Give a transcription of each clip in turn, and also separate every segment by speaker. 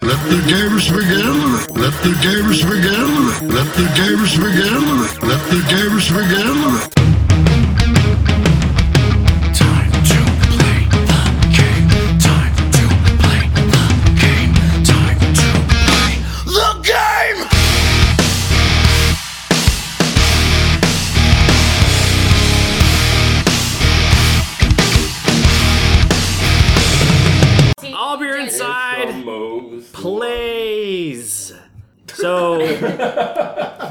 Speaker 1: the games begin. Let the games begin. Let the games begin. Let the games begin.
Speaker 2: Time to play the game. Time to play the game. Time to play the game.
Speaker 3: All beer inside
Speaker 4: Moe's.
Speaker 3: plays. So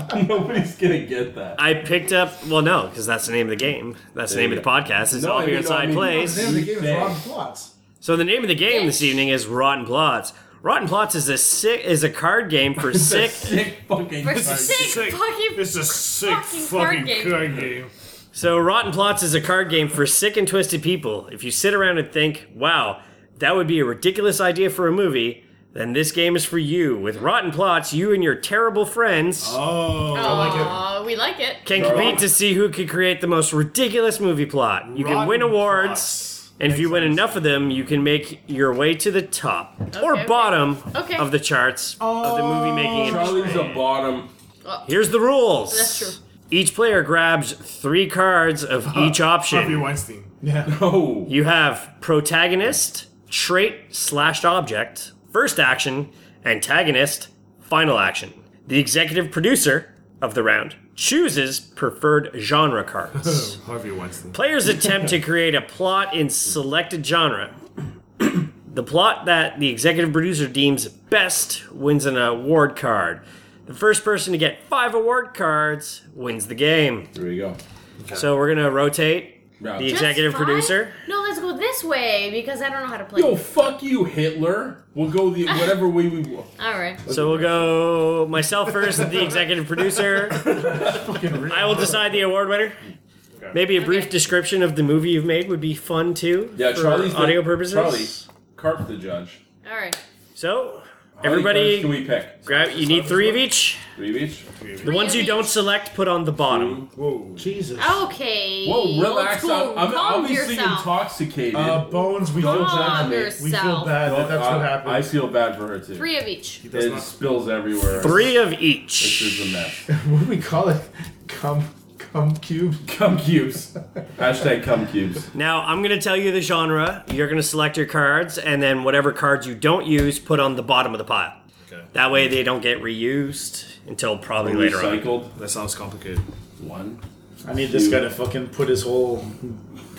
Speaker 4: Nobody's gonna get that.
Speaker 3: I picked up. Well, no, because that's the name of the game. That's the name of the podcast. It's
Speaker 4: No,
Speaker 3: All
Speaker 4: I
Speaker 3: Beer
Speaker 4: mean, no, I
Speaker 3: Inside
Speaker 4: mean-
Speaker 3: Plays.
Speaker 5: Damn, the game is
Speaker 4: Bang.
Speaker 5: Rob Plots.
Speaker 3: So the name of the game this evening is Rotten Plots. Rotten Plots is a sick is a card game for sick
Speaker 4: Sick fucking.
Speaker 6: For
Speaker 4: Christ.
Speaker 6: sick, fucking
Speaker 7: It's a sick
Speaker 6: Fucking
Speaker 7: fucking,
Speaker 6: card
Speaker 7: card,
Speaker 6: game.
Speaker 7: game.
Speaker 3: So Rotten Plots is a card game for sick and twisted people. If you sit around and think, "Wow, that would be a ridiculous idea for a movie," then this game is for you. With Rotten Plots, you and your terrible friends
Speaker 7: Oh,
Speaker 6: Aw, we like it.
Speaker 3: can compete to see who can create the most ridiculous movie plot. You can win
Speaker 7: Rotten
Speaker 3: awards.
Speaker 7: plots.
Speaker 3: And if you win enough of them, you can make your way to the top or
Speaker 6: okay.
Speaker 3: bottom
Speaker 6: Okay.
Speaker 3: of the charts of the movie making industry.
Speaker 4: Charlie's a bottom.
Speaker 3: Here's the rules.
Speaker 6: That's true.
Speaker 3: Each player grabs three cards of each
Speaker 7: Harvey
Speaker 3: option.
Speaker 7: Weinstein.
Speaker 4: Oh,
Speaker 3: You have protagonist, trait slash object, first action, antagonist, final action. The executive producer of the round chooses preferred genre cards.
Speaker 7: Harvey Weinstein.
Speaker 3: Players attempt to create a plot in selected genre. the plot that the executive producer deems best wins an award card. The first person to get five award cards wins the game.
Speaker 4: there you go.
Speaker 3: So we're gonna rotate
Speaker 4: Round.
Speaker 3: the
Speaker 4: Just
Speaker 3: executive
Speaker 6: Just five?
Speaker 3: producer.
Speaker 6: No, let's go this way because I don't know how to play.
Speaker 4: Yo, fuck you, Hitler. We'll go the whatever way we want.
Speaker 6: All right.
Speaker 3: So we'll go myself first, the executive producer. I will decide the award winner. Maybe a brief
Speaker 6: Okay.
Speaker 3: description of the movie you've made would be fun too.
Speaker 4: Yeah,
Speaker 3: for
Speaker 4: Charlie's the-
Speaker 3: audio purposes.
Speaker 4: Charlie, Carp the judge.
Speaker 6: All right.
Speaker 3: So
Speaker 4: How many cards Can
Speaker 3: everybody,
Speaker 4: we pick
Speaker 3: grab. You need three of each.
Speaker 4: three of each?
Speaker 3: The ones you don't select, put on the bottom.
Speaker 4: Two.
Speaker 7: Whoa.
Speaker 5: Jesus.
Speaker 6: Okay.
Speaker 4: Whoa, relax.
Speaker 6: Old
Speaker 4: I'm,
Speaker 6: school.
Speaker 4: I'm
Speaker 6: Calm
Speaker 4: obviously
Speaker 6: yourself.
Speaker 4: intoxicated.
Speaker 5: Uh, Bones, we feel
Speaker 6: Calm
Speaker 5: bad. We feel
Speaker 6: yourself.
Speaker 5: bad that
Speaker 4: Well,
Speaker 5: that's
Speaker 4: I,
Speaker 5: what happened.
Speaker 4: Uh, I feel bad for her too.
Speaker 6: Three of each.
Speaker 4: It spills everywhere.
Speaker 3: Three of
Speaker 4: This
Speaker 3: each.
Speaker 4: is a mess.
Speaker 5: what do we call it? Cum, cum cube.
Speaker 4: Cum cubes. Hashtag cum cubes.
Speaker 3: Now I'm gonna tell you the genre. You're gonna select your cards, and then whatever cards you don't use, put on the bottom of the pile.
Speaker 7: Okay.
Speaker 3: That way they don't get reused until probably later on.
Speaker 4: Recycled.
Speaker 7: That sounds complicated.
Speaker 4: One.
Speaker 5: I need this guy to fucking put his whole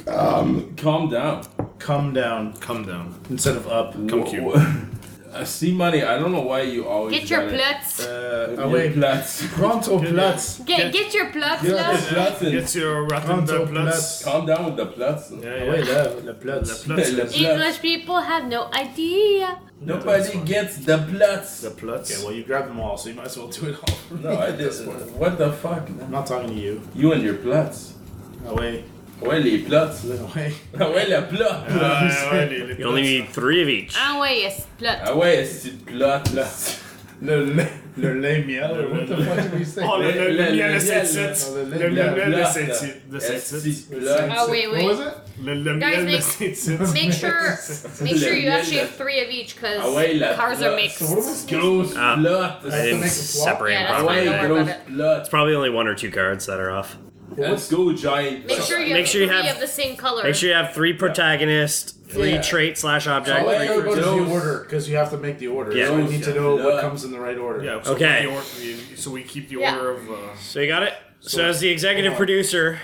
Speaker 4: Calm down.
Speaker 5: cum down
Speaker 7: Come down.
Speaker 5: instead of up.
Speaker 7: Cum cube.
Speaker 4: Uh, C money. I don't know why you always
Speaker 6: Get your
Speaker 4: gotta-
Speaker 6: pluts.
Speaker 5: Uh,
Speaker 4: Your
Speaker 5: away.
Speaker 4: Platz.
Speaker 5: Pronto Platz.
Speaker 6: Get get your pluts.
Speaker 5: Yeah.
Speaker 6: love.
Speaker 4: Platz is-
Speaker 7: Get your rotten
Speaker 5: Pronto
Speaker 7: plats.
Speaker 5: Platz.
Speaker 4: Calm down with the Platz.
Speaker 7: Yeah,
Speaker 5: Away,
Speaker 7: yeah.
Speaker 5: la, la Platz.
Speaker 7: Platz.
Speaker 4: Le Platz.
Speaker 6: English people have no idea.
Speaker 4: Nobody gets the Platz.
Speaker 5: The Platz. Okay, well, you grabbed them all, so you might as well do it all.
Speaker 4: No, I just. What the fuck?
Speaker 5: I'm not talking to you.
Speaker 4: You and your Platz.
Speaker 5: Away.
Speaker 4: Ouais, les Platz.
Speaker 5: Away.
Speaker 4: Ah ouais, la plate!
Speaker 7: Ah, ouais, les- les
Speaker 3: You only
Speaker 7: plats.
Speaker 3: need three of each.
Speaker 6: Ah ouais, yes, pluts.
Speaker 4: Ah ouais, c'est plate là.
Speaker 5: Le, le, le lait miel. or What the fuck did we say?
Speaker 7: Oh, le, le, le,
Speaker 4: Le-
Speaker 7: miel
Speaker 4: le-
Speaker 7: de cette
Speaker 4: le-
Speaker 7: site.
Speaker 5: le-
Speaker 7: Le
Speaker 5: le-
Speaker 7: miel
Speaker 4: le-
Speaker 7: de
Speaker 4: le-
Speaker 7: cette
Speaker 4: le-
Speaker 7: site. De
Speaker 4: le-
Speaker 7: cette site.
Speaker 4: le-
Speaker 7: De cette
Speaker 6: Ah
Speaker 7: site.
Speaker 6: wait,
Speaker 5: What was
Speaker 6: wait.
Speaker 5: it?
Speaker 7: Le le
Speaker 6: Guys,
Speaker 7: miel de
Speaker 6: make-
Speaker 7: cette site.
Speaker 6: Make sure, make sure you actually have three of each because
Speaker 4: Ah ouais, la
Speaker 6: cars are
Speaker 4: plate.
Speaker 6: mixed.
Speaker 5: What was it?
Speaker 4: Grosse
Speaker 3: Ah.
Speaker 4: plate.
Speaker 3: I
Speaker 5: to
Speaker 3: didn't
Speaker 5: make the plot?
Speaker 3: separate
Speaker 6: Yeah,
Speaker 3: them
Speaker 6: that's
Speaker 4: Ah
Speaker 3: properly.
Speaker 6: fine,
Speaker 4: ouais,
Speaker 6: don't worry
Speaker 4: grosse
Speaker 6: about
Speaker 4: plate.
Speaker 3: It's probably only one or two cards that are off.
Speaker 4: Let's go, giant.
Speaker 6: Make sure you have
Speaker 3: Make sure you
Speaker 6: three
Speaker 3: have-
Speaker 6: of the same color.
Speaker 3: Make sure you have three protagonists, three
Speaker 4: Yeah.
Speaker 3: trait slash
Speaker 5: I
Speaker 3: object.
Speaker 4: Oh,
Speaker 5: like
Speaker 4: wait,
Speaker 5: how it goes in
Speaker 4: Those-
Speaker 5: the order because you have to make the order.
Speaker 3: Yeah.
Speaker 5: So we need to
Speaker 4: Yeah.
Speaker 5: know
Speaker 4: Yeah.
Speaker 5: what comes in the right order.
Speaker 7: Yeah, so
Speaker 3: Okay.
Speaker 7: we- the or- we- So we keep the
Speaker 6: Yeah.
Speaker 7: order of. uh,
Speaker 3: So you got it. So as the executive producer,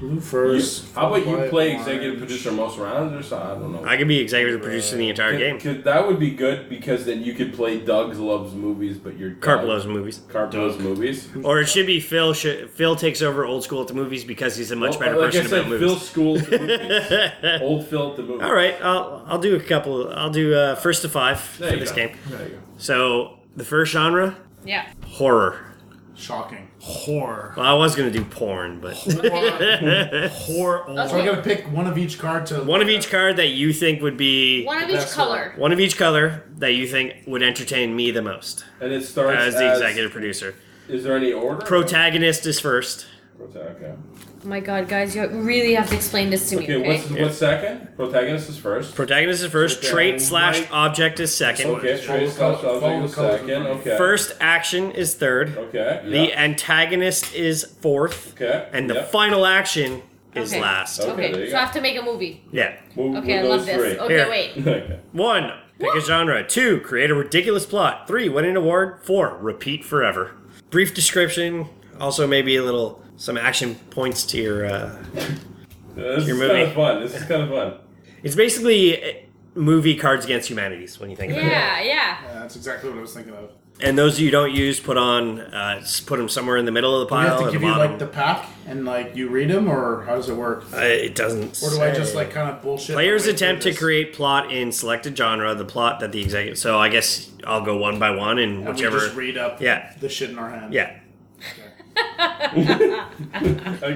Speaker 5: Blue
Speaker 4: You-
Speaker 5: first.
Speaker 4: How about
Speaker 5: white,
Speaker 4: you play
Speaker 5: orange.
Speaker 4: executive producer most rounds or something? I don't know.
Speaker 3: I could be executive producer the entire game.
Speaker 4: Cause that would be good because then you could play Doug's loves movies, but your
Speaker 3: Carp loves movies.
Speaker 4: Carp loves movies.
Speaker 3: Or it should be Phil. Sh- Phil takes over old school at the movies because he's a much better
Speaker 4: like
Speaker 3: person
Speaker 4: I said,
Speaker 3: about
Speaker 4: Phil
Speaker 3: movies.
Speaker 4: schools movies. Old Phil at the movies.
Speaker 3: All right, I'll I'll do a couple. I'll do uh, first to five
Speaker 4: There
Speaker 3: for
Speaker 4: you
Speaker 3: this
Speaker 4: go.
Speaker 3: game.
Speaker 4: There you go.
Speaker 3: So the first genre,
Speaker 6: Yeah.
Speaker 3: horror.
Speaker 5: Shocking.
Speaker 7: Whore.
Speaker 3: Well, I was gonna do porn, but
Speaker 7: Whore.
Speaker 5: So I
Speaker 6: Okay.
Speaker 5: gotta pick one of each card to.
Speaker 3: one of each card that you think would be
Speaker 6: One of each
Speaker 5: That's
Speaker 6: color.
Speaker 3: one of each color that you think would entertain me the most
Speaker 4: And it starts
Speaker 3: as the executive producer.
Speaker 4: Is there any order?
Speaker 3: Protagonist is first.
Speaker 4: Prota- Okay.
Speaker 6: Oh my god, guys, you really have to explain this to me.
Speaker 4: Okay,
Speaker 6: Okay,
Speaker 4: what's what's second? Protagonist is first.
Speaker 3: Protagonist is first.
Speaker 4: Okay,
Speaker 3: Trait
Speaker 4: right.
Speaker 3: slash object is second.
Speaker 4: Okay, trade
Speaker 8: Follow the
Speaker 4: slash
Speaker 8: colours-
Speaker 4: object is
Speaker 8: follow the colours
Speaker 4: second.
Speaker 8: of the
Speaker 4: Okay.
Speaker 3: First action is third.
Speaker 4: Okay.
Speaker 3: The
Speaker 4: yeah.
Speaker 3: antagonist is fourth.
Speaker 4: Okay.
Speaker 3: And the
Speaker 4: yeah.
Speaker 3: final action is
Speaker 6: Okay.
Speaker 3: last.
Speaker 4: Okay,
Speaker 6: okay,
Speaker 4: there you
Speaker 6: so
Speaker 4: go.
Speaker 6: I have to make a movie.
Speaker 3: Yeah.
Speaker 4: We'll-
Speaker 6: Okay, I
Speaker 4: we'll
Speaker 6: love
Speaker 4: go
Speaker 6: this.
Speaker 4: three.
Speaker 6: Okay,
Speaker 3: Here.
Speaker 6: wait.
Speaker 4: Okay.
Speaker 3: One, pick a genre. Two, create a ridiculous plot. Three, win an award. Four, repeat forever. Brief description. Also, maybe a little some action points to your. Uh,
Speaker 4: This
Speaker 3: Your
Speaker 4: is kind
Speaker 3: movie.
Speaker 4: of fun. This is kind of fun.
Speaker 3: it's basically eh, movie Cards Against Humanities when you think about it.
Speaker 6: Yeah, yeah.
Speaker 8: Yeah, that's exactly what I was thinking of.
Speaker 3: And those you don't use, put on, uh, s- put them somewhere in the middle of the
Speaker 8: Do we
Speaker 3: pile. or
Speaker 8: have to
Speaker 3: the
Speaker 8: give you
Speaker 3: bottom.
Speaker 8: like the pack and like you read them, or how does it work?
Speaker 3: Uh, it doesn't.
Speaker 8: Or do I just like kind of bullshit? my
Speaker 3: Players
Speaker 8: way through
Speaker 3: attempt to
Speaker 8: this?
Speaker 3: create plot in selected genre, the plot that the executive. So I guess I'll go one by one and
Speaker 8: And we
Speaker 3: whichever.
Speaker 8: just read up
Speaker 3: Yeah.
Speaker 8: the shit in our hand.
Speaker 3: yeah.
Speaker 4: Okay,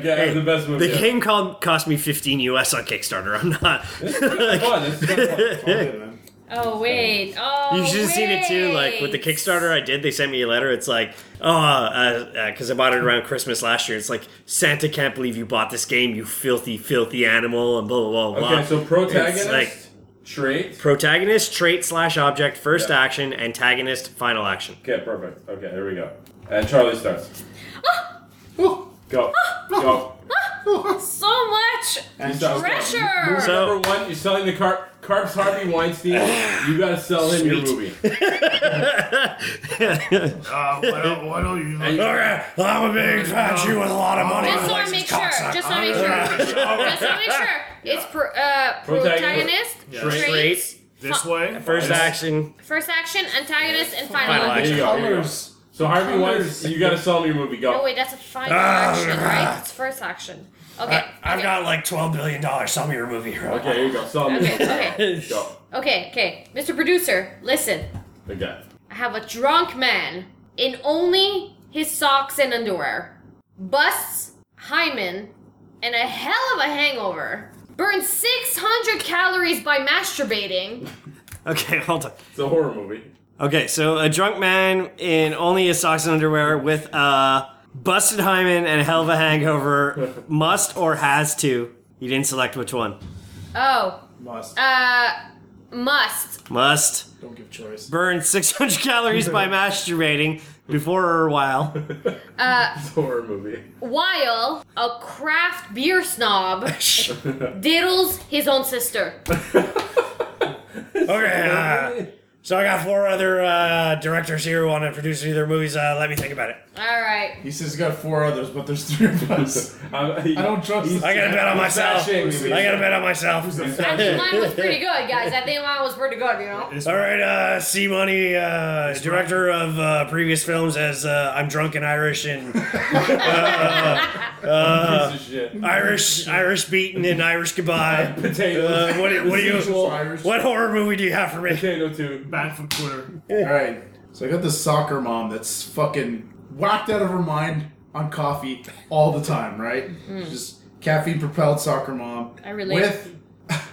Speaker 4: that's the best movie.
Speaker 3: The game called cost me 15 US on Kickstarter. I'm not.
Speaker 4: It's fun. This is kind of fun.
Speaker 8: It's all good, man.
Speaker 6: Oh wait. Oh.
Speaker 3: You should have seen it too. Like with the
Speaker 6: wait.
Speaker 3: Kickstarter I did, they sent me a letter. It's like, oh, because I bought it around Christmas last year. It's like Santa can't believe you bought this game, you filthy, filthy animal, and blah blah blah. blah.
Speaker 4: Okay, so protagonist,
Speaker 3: It's like
Speaker 4: trait.
Speaker 3: protagonist, trait slash object, first
Speaker 4: Yeah.
Speaker 3: action, antagonist, final action.
Speaker 4: Okay, perfect. Okay, here we go. And Charlie starts.
Speaker 6: Oh!
Speaker 4: Go. Go.
Speaker 6: So much
Speaker 8: And
Speaker 4: Stop.
Speaker 6: pressure.
Speaker 3: So-
Speaker 4: Number one, you're selling the car- Carbs Harvey Weinstein. You gotta sell him your
Speaker 3: Sweet.
Speaker 4: movie.
Speaker 9: Uh, why, don't, why don't you?
Speaker 4: And-
Speaker 3: I'm a big fat Jew with a lot of money.
Speaker 6: just want to make sure. Just want to make sure. Just want to make sure. It's pro, uh, protagonist,
Speaker 4: Protagonist,
Speaker 6: trait,
Speaker 3: Trait,
Speaker 9: this way?
Speaker 3: first action,
Speaker 6: first action, antagonist, and
Speaker 3: Final
Speaker 6: final
Speaker 4: There you
Speaker 6: action.
Speaker 4: go, here you go.
Speaker 8: Colors.
Speaker 4: So Harvey Weinstein, you gotta sell him your movie.
Speaker 6: Oh
Speaker 4: Go.
Speaker 6: wait, that's a final action, right? It's first action. Okay. okay.
Speaker 3: like $12 billion. Sell me your movie, bro.
Speaker 4: Okay, here you go. Sell him.
Speaker 6: Okay.
Speaker 4: your movie.
Speaker 6: Okay.
Speaker 4: Go.
Speaker 6: Okay. Okay. Mr. Producer, listen.
Speaker 4: Okay.
Speaker 6: I have a drunk man in only his socks and underwear, busts hymen, and a hell of a hangover. Burns 600 calories by masturbating.
Speaker 3: Okay, hold on.
Speaker 4: It's a horror movie.
Speaker 3: Okay, so a drunk man in only his socks and underwear with a busted hymen and a hell of a hangover must or has to. You didn't select which one.
Speaker 6: Oh,
Speaker 8: Must.
Speaker 6: uh, must.
Speaker 3: Must
Speaker 8: Don't give choice.
Speaker 3: burn 600 calories by masturbating before or while.
Speaker 4: It's a horror movie.
Speaker 6: While a craft beer snob diddles his own sister.
Speaker 3: Okay. uh, so I got four other uh, directors here who want to produce either movies. Uh, let me think about it.
Speaker 6: All right.
Speaker 8: He says he's got four others, but there's three of us. I don't trust
Speaker 4: He's,
Speaker 8: this.
Speaker 3: I gotta bet on myself.
Speaker 4: bashing
Speaker 3: I
Speaker 4: me.
Speaker 3: gotta bet on myself.
Speaker 6: I think mine was pretty good, guys. I think mine was pretty good, you know?
Speaker 9: This
Speaker 3: All
Speaker 9: way.
Speaker 3: right, uh, C Money, uh, director of uh, previous films as uh, I'm Drunk and Irish and
Speaker 4: piece of shit.
Speaker 9: uh,
Speaker 3: Irish, Irish Beaten and Irish Goodbye.
Speaker 4: Potato.
Speaker 3: Uh, what, do- what do you?
Speaker 8: Irish.
Speaker 3: What horror movie do you have for me?
Speaker 4: Potato too.
Speaker 9: Bad for Twitter.
Speaker 8: All right. So I got this soccer mom that's fucking whacked out of her mind on coffee all the time, right? Just caffeine propelled soccer mom.
Speaker 6: Mm-hmm. I relate.
Speaker 8: With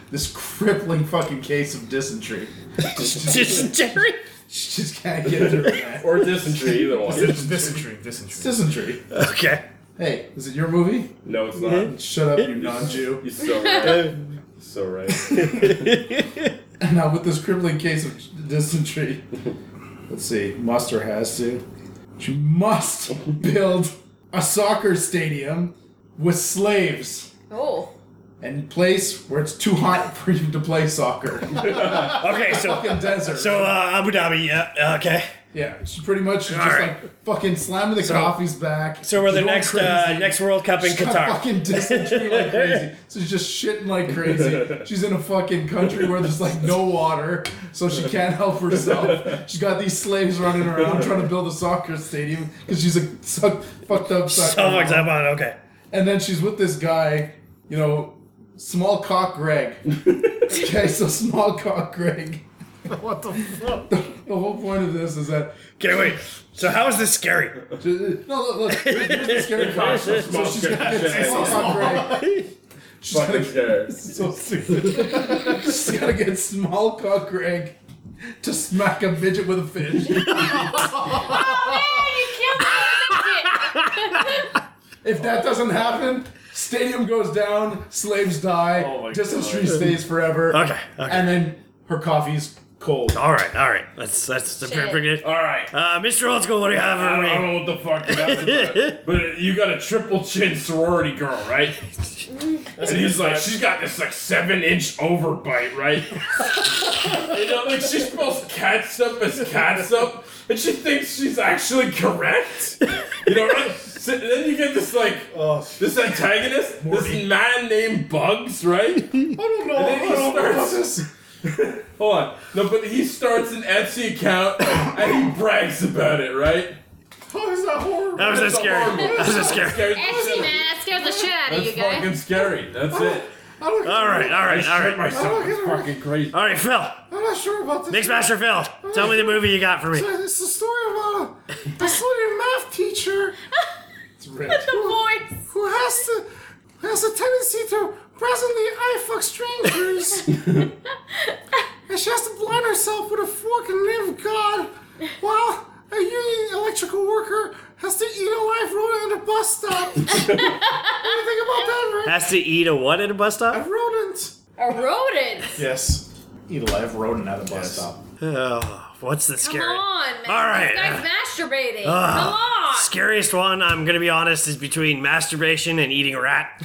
Speaker 8: this crippling fucking case of dysentery.
Speaker 3: Dysentery.
Speaker 8: She just can't get through it. man.
Speaker 4: Or dysentery, either one.
Speaker 9: Dysentery. Dysentery.
Speaker 8: dysentery.
Speaker 3: Okay.
Speaker 8: Hey, is it your movie?
Speaker 4: No, it's not.
Speaker 8: Shut up, you non-Jew.
Speaker 4: You're so right. so right.
Speaker 8: Now with this crippling case of dysentery, let's see. Must or has to? She must build a soccer stadium with slaves.
Speaker 6: Oh.
Speaker 8: and place where it's too hot for you to play soccer.
Speaker 3: Okay. So,
Speaker 8: fucking desert.
Speaker 3: so uh, Abu Dhabi. Yeah. Okay.
Speaker 8: yeah, it's pretty much just
Speaker 3: Alright.
Speaker 8: like fucking slamming the coffees back.
Speaker 3: So we're the
Speaker 8: going
Speaker 3: next
Speaker 8: crazy.
Speaker 3: uh, next World Cup in
Speaker 8: She's got
Speaker 3: Qatar.
Speaker 8: Fucking dysentery like crazy. So she's just shitting like crazy. She's in a fucking country where there's like no water, so she can't help herself. She's got these slaves running around trying to build a soccer stadium because she's a suck, fucked up soccer.
Speaker 3: So fucked
Speaker 8: mom.
Speaker 3: up on. Okay.
Speaker 8: And then she's with this guy, you know, small cock Greg. okay, so small cock Greg.
Speaker 9: What the fuck?
Speaker 8: The whole point of this is that uh,
Speaker 3: Okay. Wait. So how is this scary?
Speaker 8: no, look, look here's the scary part. So
Speaker 4: Small
Speaker 8: she's
Speaker 4: scary
Speaker 8: got
Speaker 4: shit.
Speaker 8: small cock Greg. She's got
Speaker 4: Fucking
Speaker 8: to
Speaker 4: scary.
Speaker 8: so stupid. she's got to get small cock Greg to smack a midget with a fish.
Speaker 6: Man, you can't believe it.
Speaker 8: If that doesn't happen, Stadium goes down, slaves die,
Speaker 10: Oh my
Speaker 8: dysentery
Speaker 10: God.
Speaker 8: stays forever.
Speaker 3: Okay, okay.
Speaker 8: And then her coffee's cold.
Speaker 3: All right, all right. That's that's the
Speaker 6: Shit.
Speaker 3: perfect.
Speaker 4: All right.
Speaker 3: Uh, Mr. Old School, what do you have
Speaker 4: I
Speaker 3: for
Speaker 4: don't, I
Speaker 3: me?
Speaker 4: don't know what the fuck you got, but, but you got a triple chin sorority girl, right? And he's like, she's got this like seven inch overbite, right? you know, like she spells catsup as catsup, and she thinks she's actually correct. You know, right? So then you get this like
Speaker 3: Oh,
Speaker 4: this antagonist, this man named Bugs, right?
Speaker 8: I don't know.
Speaker 4: then
Speaker 8: I
Speaker 4: he
Speaker 8: don't know about
Speaker 4: starts-
Speaker 8: this.
Speaker 4: Hold on. No, but he starts an Etsy account and he brags about it, right?
Speaker 8: How Oh, is that horrible?
Speaker 3: That was a
Speaker 4: It's
Speaker 3: scary.
Speaker 4: horrible-
Speaker 3: That was a scary.
Speaker 4: scary
Speaker 6: Etsy, man, that scares the shit out of
Speaker 4: That's
Speaker 6: you guys.
Speaker 4: fucking scary. That's it.
Speaker 8: I don't,
Speaker 3: All right, all right, all
Speaker 4: Shit
Speaker 3: right,
Speaker 4: myself. It's fucking crazy.
Speaker 3: all right. Phil,
Speaker 8: I'm not sure about this.
Speaker 3: Mixmaster Phil, tell me the movie you got for me.
Speaker 8: It's the story about a, a slutty math teacher
Speaker 10: It's rich.
Speaker 6: The voice.
Speaker 8: who has to has a tendency to presently eye fuck strangers, and she has to blind herself with a fork and name of God, while a union electrical worker has to eat a live rodent at a bus stop. what do you think about that, right?
Speaker 3: Has to eat a what at a bus stop?
Speaker 8: rodent.
Speaker 6: A rodent.
Speaker 10: Yes. Eat a live rodent at a bus stop.
Speaker 3: Oh, what's the
Speaker 6: Come
Speaker 3: scary?
Speaker 6: on, man.
Speaker 3: All right.
Speaker 6: This guy's masturbating.
Speaker 3: Ah,
Speaker 6: Come on.
Speaker 3: Scariest one, I'm gonna be honest, is between masturbation and eating a rat.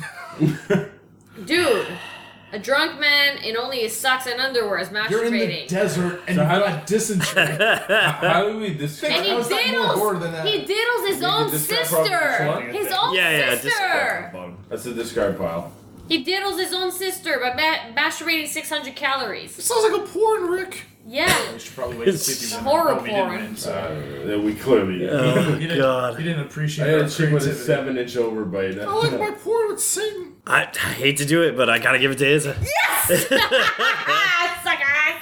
Speaker 6: Dude, a drunk man in only his socks and underwear is masturbating.
Speaker 8: You're in the desert and you
Speaker 4: how-
Speaker 8: got dysentery.
Speaker 4: How do we describe
Speaker 6: and he
Speaker 8: How is that more horror than
Speaker 6: diddles.
Speaker 8: that?
Speaker 6: He diddles his own
Speaker 4: this guy probably
Speaker 6: sister.
Speaker 4: slut?
Speaker 6: His own
Speaker 3: Yeah, yeah, this-
Speaker 6: sister.
Speaker 4: That's a discard pile.
Speaker 6: he diddles his own sister by ma- masturbating 600 calories.
Speaker 8: Sounds like a porn, Rick.
Speaker 6: Yeah.
Speaker 10: We should probably wait and see if
Speaker 3: It's
Speaker 10: you win.
Speaker 6: horror
Speaker 10: Probably didn't
Speaker 6: porn.
Speaker 10: win, so.
Speaker 4: That Uh, we clearly
Speaker 3: Oh
Speaker 8: You didn't,
Speaker 3: god.
Speaker 8: you didn't
Speaker 4: I
Speaker 8: appreciate
Speaker 4: had
Speaker 8: our
Speaker 4: a chick with a
Speaker 8: creativity.
Speaker 4: seven inch overbite.
Speaker 8: I like my porn with Satan.
Speaker 3: I, I hate to do it, but I gotta give it to Izza.
Speaker 6: Ah,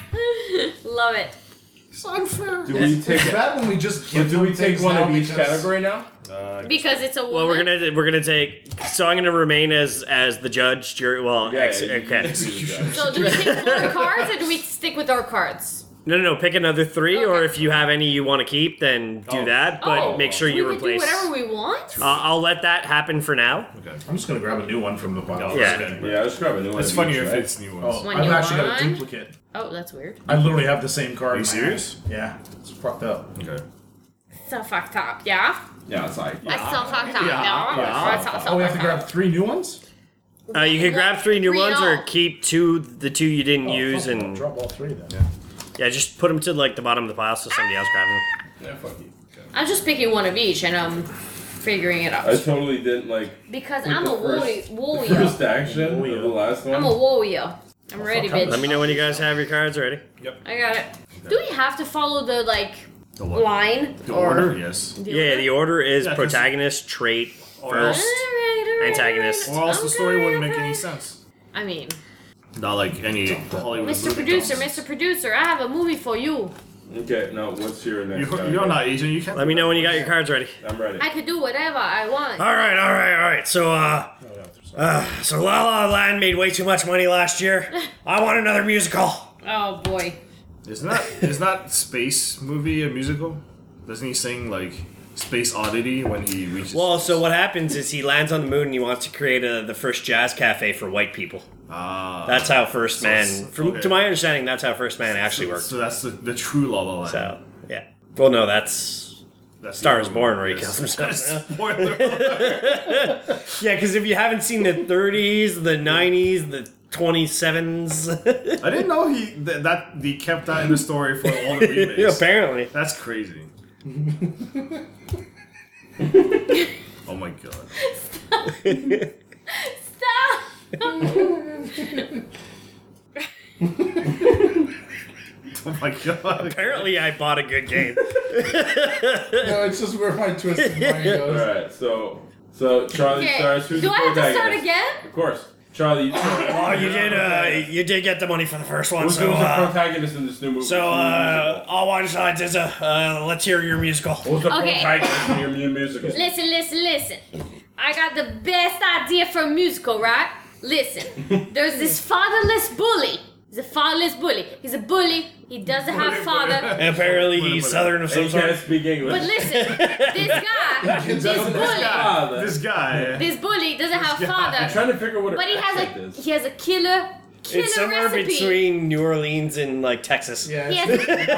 Speaker 6: suckers. Love it.
Speaker 8: It's unfair.
Speaker 4: Do we take?
Speaker 8: It's bad when we just
Speaker 4: So
Speaker 8: give
Speaker 4: do we
Speaker 8: them
Speaker 4: take
Speaker 8: things
Speaker 4: one
Speaker 8: now
Speaker 4: of each
Speaker 8: because-
Speaker 4: category now?
Speaker 6: Because it's a woman.
Speaker 3: Well, we're gonna we're gonna take. So I'm gonna remain as as the judge, jury. Well,
Speaker 4: Yeah,
Speaker 3: ex,
Speaker 4: you-
Speaker 3: okay.
Speaker 4: Execution.
Speaker 6: So do we pick more cards or do we stick with our cards?
Speaker 3: No, no, no. Pick another three, or
Speaker 6: Okay.
Speaker 3: if you have any you want to keep, then do
Speaker 10: Oh.
Speaker 3: that. But
Speaker 6: Oh,
Speaker 3: make sure
Speaker 6: we
Speaker 3: you
Speaker 6: can
Speaker 3: replace.
Speaker 6: do whatever
Speaker 3: Uh,
Speaker 6: we want.
Speaker 3: I'll let that happen for now.
Speaker 10: I'm just gonna grab a new one from the pile.
Speaker 3: Yeah.
Speaker 4: Yeah, let's grab a new one.
Speaker 10: It's
Speaker 4: of
Speaker 10: funnier
Speaker 4: each,
Speaker 10: if
Speaker 4: right?
Speaker 10: it's new ones.
Speaker 8: Oh,
Speaker 6: One
Speaker 8: I've
Speaker 6: you
Speaker 8: actually got
Speaker 6: want?
Speaker 8: a duplicate.
Speaker 6: Oh, that's weird.
Speaker 8: I literally have the same card.
Speaker 10: Are you
Speaker 8: in my
Speaker 10: serious?
Speaker 8: hand. Yeah, it's fucked up.
Speaker 4: Okay.
Speaker 6: So fucked up, yeah?
Speaker 4: Yeah, it's like.
Speaker 6: That's so fucked up,
Speaker 10: Yeah,
Speaker 6: yeah?
Speaker 10: yeah.
Speaker 6: That's also
Speaker 8: Oh, we have to
Speaker 6: fucked up.
Speaker 8: grab three new
Speaker 6: Oh,
Speaker 8: ones.
Speaker 3: Uh, you can grab three new
Speaker 6: Three
Speaker 3: ones, or
Speaker 6: all.
Speaker 3: keep two the two you didn't
Speaker 8: Oh,
Speaker 3: use,
Speaker 8: fuck, I'll
Speaker 3: and
Speaker 8: drop all three then.
Speaker 3: yeah, just put them to like the bottom of the pile so somebody else grabs them.
Speaker 4: Yeah, fuck you. Okay.
Speaker 6: I'm just picking one of each and I'm figuring it
Speaker 4: I
Speaker 6: out.
Speaker 4: totally didn't like.
Speaker 6: Because
Speaker 4: pick
Speaker 6: I'm
Speaker 4: the
Speaker 6: a warrior.
Speaker 4: first- the
Speaker 6: warrior.
Speaker 4: First action, of the last one.
Speaker 6: I'm a warrior. I'm ready,
Speaker 8: fuck, I'm-
Speaker 6: bitch.
Speaker 3: Let me know when you guys have your cards ready.
Speaker 6: I got it. Do we have to follow the, like,
Speaker 10: what?
Speaker 6: line?
Speaker 10: The
Speaker 6: or
Speaker 10: order? Yes.
Speaker 6: the
Speaker 3: Yeah, the order is
Speaker 10: Yeah, 'cause-
Speaker 3: protagonist, trait,
Speaker 10: Or
Speaker 3: first.
Speaker 10: else-
Speaker 3: antagonist.
Speaker 10: Or else the story wouldn't make any sense.
Speaker 6: I mean,
Speaker 10: Not like any Hollywood
Speaker 6: Mr.
Speaker 10: movie
Speaker 6: Producer,
Speaker 10: does.
Speaker 6: Mr. Producer, I have a movie for you.
Speaker 4: Okay, no, what's your next
Speaker 10: You're,
Speaker 4: one?
Speaker 10: you're not Asian. You can't.
Speaker 3: Let me know when you got your cards ready.
Speaker 4: I'm ready.
Speaker 6: I could do whatever I want.
Speaker 3: All right, all right, all right. So, uh, uh so La La Land made way too much money last year. I want another musical.
Speaker 6: Oh, boy.
Speaker 10: Isn't that is that space movie a musical? Doesn't he sing like Space Oddity when he reaches?
Speaker 3: Well, so what happens is he lands on the moon and he wants to create a, the first jazz cafe for white people.
Speaker 10: ah,
Speaker 3: That's how First Man,
Speaker 10: it's-
Speaker 3: from,
Speaker 10: okay.
Speaker 3: to my understanding, that's how First Man actually worked.
Speaker 10: So that's the, the true La La Land.
Speaker 3: So, yeah. Well, no, that's
Speaker 10: That's the
Speaker 3: Star is
Speaker 10: other one.
Speaker 3: Born where he
Speaker 10: Yes.
Speaker 3: kills himself.
Speaker 10: Spoiler.
Speaker 3: yeah. Because if you haven't seen the 30s, the 90s, the 27s,
Speaker 10: I didn't know he that, that he kept that in the story for all the remakes.
Speaker 3: apparently.
Speaker 10: That's crazy. oh my god.
Speaker 6: Stop!
Speaker 10: Oh my god.
Speaker 3: Apparently, I bought a good game.
Speaker 8: No, it's just where my twisted mind goes.
Speaker 4: Alright, so. So, Charlie
Speaker 6: Okay,
Speaker 4: starts. Who's
Speaker 6: do
Speaker 4: the
Speaker 6: I have to start
Speaker 4: protagonist?
Speaker 6: again?
Speaker 4: Of course. Charlie, you
Speaker 3: Oh, you did. Uh, you did get the money for the first one.
Speaker 4: Who's,
Speaker 3: So,
Speaker 4: who's the
Speaker 3: uh,
Speaker 4: protagonist in this new movie?
Speaker 3: so uh, all I decide is, uh, uh, let's hear your musical.
Speaker 4: who's the
Speaker 6: Okay.
Speaker 4: protagonist in your new musical?
Speaker 6: Listen, listen, listen. I got the best idea for a musical, right? Listen, there's this fatherless bully. He's a fatherless bully. He's a bully He doesn't have father.
Speaker 3: And apparently he's southern of some
Speaker 11: He can't
Speaker 3: sort.
Speaker 11: speak
Speaker 6: But
Speaker 11: English.
Speaker 6: listen, this guy, this bully,
Speaker 11: Father.
Speaker 12: This guy.
Speaker 6: this bully doesn't have
Speaker 11: I'm
Speaker 6: father,
Speaker 11: trying to figure what her
Speaker 6: but he has
Speaker 11: accent
Speaker 6: a
Speaker 11: is.
Speaker 6: he has a killer killer
Speaker 3: It's somewhere
Speaker 6: recipe.
Speaker 3: between New Orleans and like Texas.
Speaker 5: Yeah,
Speaker 6: He
Speaker 5: it's
Speaker 6: has,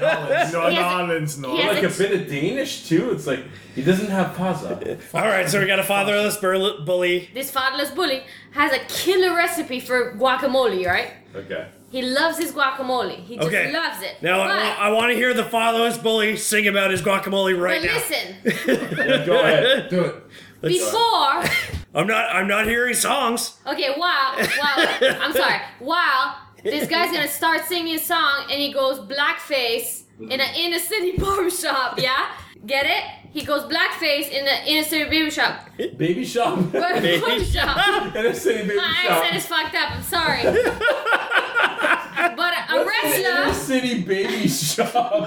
Speaker 5: Nollins, Nollins.
Speaker 12: No,
Speaker 6: He has a-
Speaker 12: no, it's not.
Speaker 6: he has
Speaker 11: Like a bit of Danish too. It's like he doesn't have paza.
Speaker 3: All right, so we got a fatherless bur- bully.
Speaker 6: this fatherless bully has a killer recipe for guacamole, right?
Speaker 11: Okay.
Speaker 6: He loves his guacamole. He just
Speaker 3: Okay.
Speaker 6: loves it.
Speaker 3: Now
Speaker 6: but,
Speaker 3: I, want to hear the fatherless bully sing about his guacamole right
Speaker 6: but
Speaker 3: now.
Speaker 6: listen,
Speaker 11: Yeah, go ahead.
Speaker 5: Do it.
Speaker 6: before
Speaker 3: I'm not. I'm not hearing songs.
Speaker 6: Okay, while while I'm sorry, while this guy's gonna start singing a song and he goes blackface in an inner city barbershop, yeah? Get it? He goes blackface in an inner city baby shop.
Speaker 11: Baby shop.
Speaker 6: Barber shop.
Speaker 11: Inner city baby
Speaker 6: My accent
Speaker 11: shop.
Speaker 6: is fucked up, I'm sorry. But a
Speaker 11: Inner
Speaker 6: wrestler,
Speaker 11: city baby shop.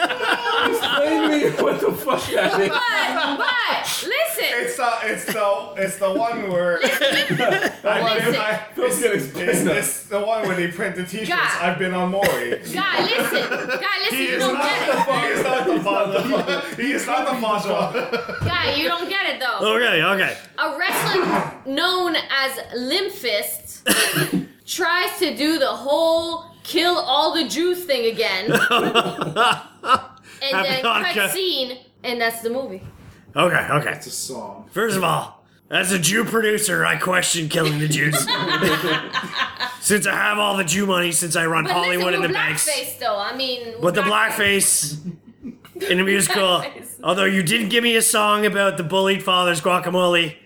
Speaker 11: Explain to me what the fuck that is.
Speaker 6: but but listen,
Speaker 8: It's the it's the it's the one where I,
Speaker 6: listen.
Speaker 8: I,
Speaker 11: Phil's gonna
Speaker 8: it's,
Speaker 11: explain that.
Speaker 8: it's the one where they print the t-shirts.
Speaker 6: God.
Speaker 8: I've been on Maury.
Speaker 6: guy, listen, guy, listen, you
Speaker 8: is
Speaker 6: don't get it.
Speaker 8: He is not the father. He is not the father.
Speaker 6: Guy, you don't get it though.
Speaker 3: Okay, okay.
Speaker 6: a wrestler known as Limpfist tries to do the whole kill all the Jews thing again. and then
Speaker 3: Happy
Speaker 6: cut
Speaker 3: Hanukkah.
Speaker 6: scene, and that's the movie.
Speaker 3: Okay, okay.
Speaker 5: It's a song.
Speaker 3: First of all, as a Jew producer, I question killing the Jews. since I have all the Jew money, since I run
Speaker 6: But
Speaker 3: Hollywood in
Speaker 6: listen, with
Speaker 3: the banks.
Speaker 6: blackface though. I mean,
Speaker 3: But the blackface in a musical.
Speaker 6: Blackface.
Speaker 3: Although you did give me a song about the bullied father's guacamole,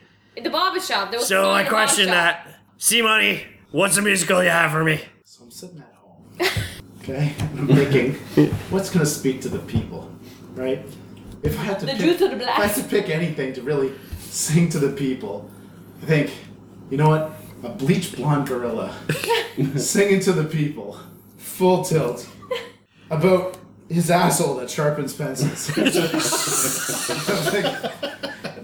Speaker 6: the barbershop. There was a
Speaker 3: so
Speaker 6: song
Speaker 3: I
Speaker 6: in the
Speaker 3: question
Speaker 6: barbershop.
Speaker 3: that. C Money, what's a musical you have for me?
Speaker 5: So I'm sitting at home. Okay, and I'm thinking, what's gonna speak to the people, right? If I had to
Speaker 6: The
Speaker 5: pick,
Speaker 6: Jews or the
Speaker 5: if I had to
Speaker 6: blacks?
Speaker 5: pick anything to really sing to the people, I think, you know what? A bleach blonde gorilla singing to the people, full tilt, about his asshole that sharpens pencils. I'm thinking,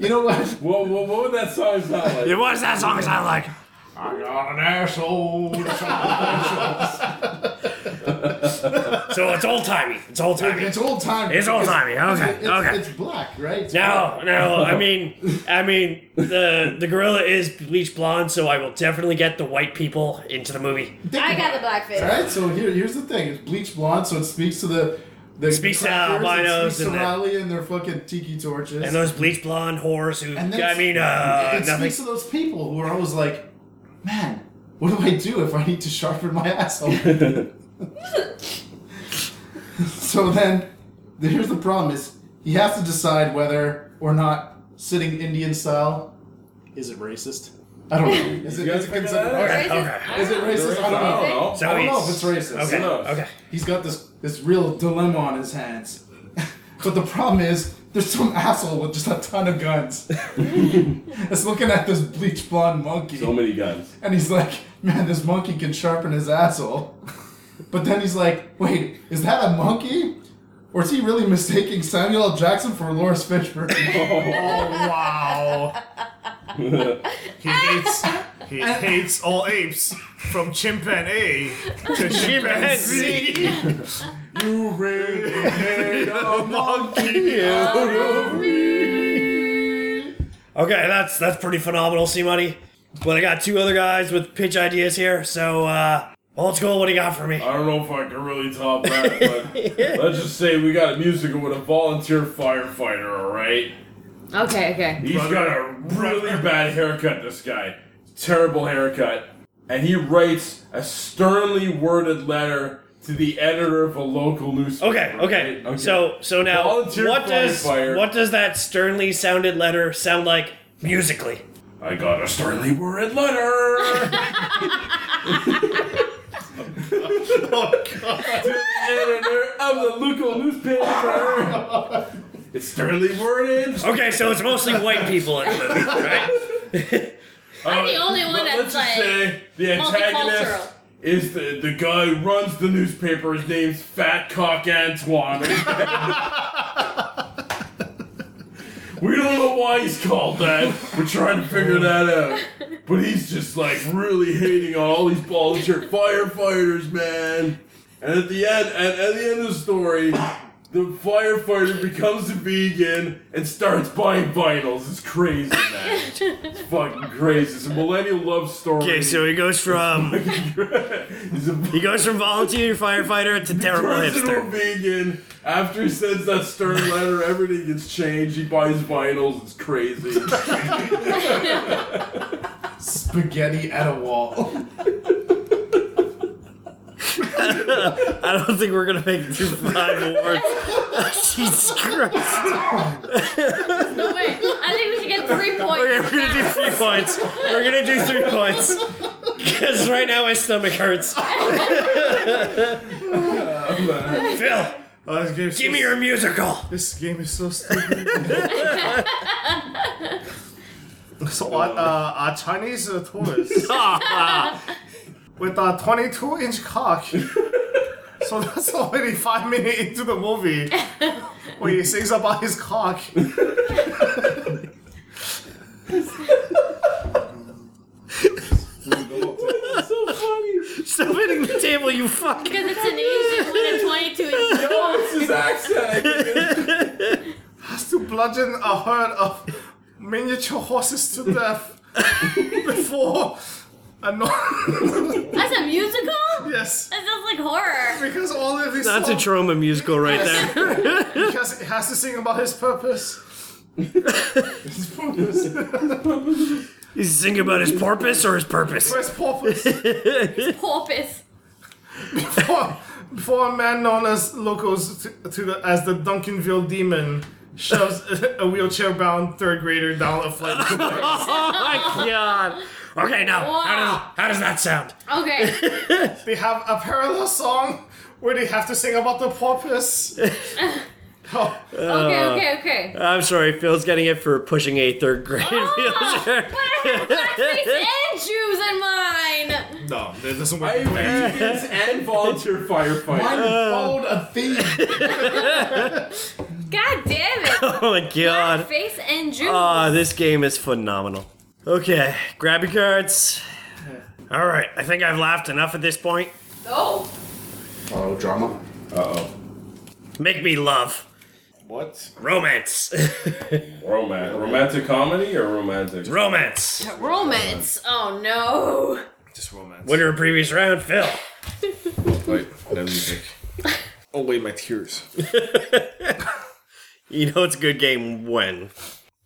Speaker 5: you know what?
Speaker 11: What, what, what would that sound sound like?
Speaker 3: It was that song sound like.
Speaker 5: I got an asshole. that
Speaker 3: So it's old timey. It's old
Speaker 5: sharpens-
Speaker 3: timey.
Speaker 5: It's old time.
Speaker 3: It's old-timey, okay,
Speaker 5: it's,
Speaker 3: okay.
Speaker 5: It's black, right? It's
Speaker 3: No, no. I mean, I mean, the the gorilla is bleach blonde, so I will definitely get the white people into the movie.
Speaker 6: I got the blackface.
Speaker 5: All right, so here, here's the thing: it's bleach blonde, so it speaks to the the
Speaker 3: Speaks to
Speaker 5: crackers, it
Speaker 3: albinos
Speaker 5: speaks to
Speaker 3: and the-
Speaker 5: Raleigh and their fucking tiki torches,
Speaker 3: And those bleach blonde whores who,
Speaker 5: And
Speaker 3: I
Speaker 5: that's-
Speaker 3: mean, uh,
Speaker 5: it
Speaker 3: nothing.
Speaker 5: speaks to those people who are always like, "Man, what do I do if I need to sharpen my asshole?" so then, the- here's the problem: is he has to decide whether or not sitting Indian style is it racist? I don't know. Is it,
Speaker 11: You guys
Speaker 5: is it
Speaker 11: figured
Speaker 5: considered?
Speaker 11: that
Speaker 3: Okay,
Speaker 6: Racist?
Speaker 3: okay.
Speaker 5: Is it racist? I don't
Speaker 11: I
Speaker 5: know.
Speaker 11: don't know.
Speaker 3: So
Speaker 5: I don't know if
Speaker 3: he's-
Speaker 5: it's racist.
Speaker 3: Okay,
Speaker 11: knows?
Speaker 3: okay.
Speaker 5: He's got this this real dilemma on his hands. but the problem is, there's some asshole with just a ton of guns. That's looking at this bleach blonde monkey,
Speaker 11: So many guns.
Speaker 5: and he's like, "Man, this monkey can sharpen his asshole." But then he's like, "Wait, is that a monkey?" Or is he really mistaking Samuel L. Jackson for Lawrence Fishburne?
Speaker 12: Wow. he hates he hates all apes from chimpanzee to chimpanzee.
Speaker 5: you really made a monkey.
Speaker 3: Okay, that's that's pretty phenomenal, C Money. But I got two other guys with pitch ideas here, so uh old school, what do you got for me?
Speaker 4: I don't know if I can really top that, but let's just say we got a musical with a volunteer firefighter, alright?
Speaker 6: Okay, okay.
Speaker 4: He's got a really bad haircut, this guy. Terrible haircut. And he writes a sternly worded letter to the editor of a local newspaper.
Speaker 3: Okay, okay.
Speaker 4: right?
Speaker 3: So so now
Speaker 4: Volunteer
Speaker 3: what does
Speaker 4: firefighter.
Speaker 3: what does that sternly sounded letter sound like musically?
Speaker 4: I got a sternly worded letter
Speaker 3: Oh,
Speaker 11: Editor of the local newspaper.
Speaker 4: It's sternly worded.
Speaker 3: Okay, so it's mostly white people in the movie, right?
Speaker 6: I'm the only one
Speaker 4: But
Speaker 6: that's
Speaker 4: let's just
Speaker 6: like
Speaker 4: say the
Speaker 6: multicultural.
Speaker 4: antagonist is the, the guy who runs the newspaper. His name's Fat Cock Antoine. we don't know why he's called that. We're trying to figure that out. But he's just like really hating on all these ball and shirt firefighters, man. And at the end, at, at the end of the story, the firefighter becomes a vegan and starts buying vinyls. It's crazy, man. It's fucking crazy. It's a millennial love story.
Speaker 3: Okay, so he goes from
Speaker 4: He's a
Speaker 3: he goes from volunteer firefighter to terrible
Speaker 4: personal
Speaker 3: hipster.
Speaker 4: vegan. After he sends that stern letter, everything gets changed. He buys vinyls. It's crazy.
Speaker 5: Spaghetti at a wall.
Speaker 3: I don't think we're gonna make it through five awards. Jesus Christ!
Speaker 6: No way. I think we should get three
Speaker 3: Okay,
Speaker 6: points.
Speaker 3: we're gonna do three points. We're gonna do three points because right now my stomach hurts. Phil,
Speaker 8: Oh, this
Speaker 3: give
Speaker 8: game's so
Speaker 3: me your musical.
Speaker 8: This game is so stupid. so, uh, uh, a Chinese tourist with a 22 inch cock. So that's already five minutes into the movie where he sings about his cock.
Speaker 3: Stop hitting the table, you fuck.
Speaker 6: Because it's an Asian with a 22 inch nose.
Speaker 4: His accent.
Speaker 8: Has to bludgeon a herd of miniature horses to death before a no.
Speaker 6: That's a musical?
Speaker 8: yes.
Speaker 6: That sounds like horror.
Speaker 8: Because all of these
Speaker 3: That's a
Speaker 8: songs-
Speaker 3: trauma musical right there.
Speaker 8: Because he has to sing about his purpose.
Speaker 3: He's singing about his porpoise or his purpose.
Speaker 8: His purpose.
Speaker 6: Porpoise.
Speaker 8: for, for a man known as locals to, to the, as the Duncanville Demon shoves a wheelchair-bound third grader down a flight. of stairs.
Speaker 3: Oh my god. Okay, now how does
Speaker 6: Wow.
Speaker 3: how does that sound?
Speaker 6: Okay.
Speaker 8: they have a parallel song where they have to sing about the porpoise. oh,
Speaker 6: Okay, okay, okay.
Speaker 3: I'm sorry, Phil's getting it for pushing a third grade
Speaker 6: Oh, but
Speaker 3: wheelchair.
Speaker 6: I have blackface and Jews in mine.
Speaker 8: no, that doesn't
Speaker 4: I
Speaker 8: work.
Speaker 4: am vegans and volunteer
Speaker 5: I
Speaker 4: firefighter.
Speaker 5: followed a theme.
Speaker 6: God damn it.
Speaker 3: Oh my god.
Speaker 6: Blackface and Jews.
Speaker 3: Ah, this game is phenomenal. Okay, grab your cards. All right, I think I've laughed enough at this point.
Speaker 6: oh.
Speaker 13: Oh, drama.
Speaker 3: Make me love
Speaker 13: What?
Speaker 3: romance,
Speaker 4: Romance. Romantic comedy or romantic?
Speaker 3: romance.
Speaker 6: Romance. Oh no.
Speaker 8: Just romance.
Speaker 3: Winner of previous round, Phil.
Speaker 8: Wait, let me think. Oh wait, my tears.
Speaker 3: You know it's a good game when.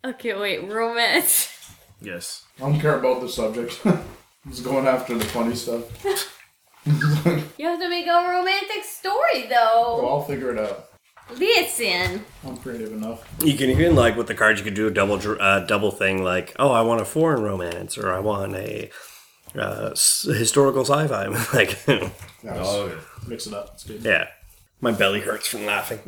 Speaker 6: Okay, wait. Romance.
Speaker 8: Yes.
Speaker 5: I don't care about the subject. It's going after the funny stuff.
Speaker 6: You have to make a romantic story though.
Speaker 5: Well, I'll figure it out.
Speaker 6: Listen.
Speaker 5: I'm creative enough.
Speaker 3: You can even like with the cards, you could do a double dr- uh, double thing, like oh, I want a foreign romance, or I want a uh, s- historical sci-fi. like,
Speaker 5: Oh, Mix it up. It's good.
Speaker 3: yeah, my belly hurts from laughing.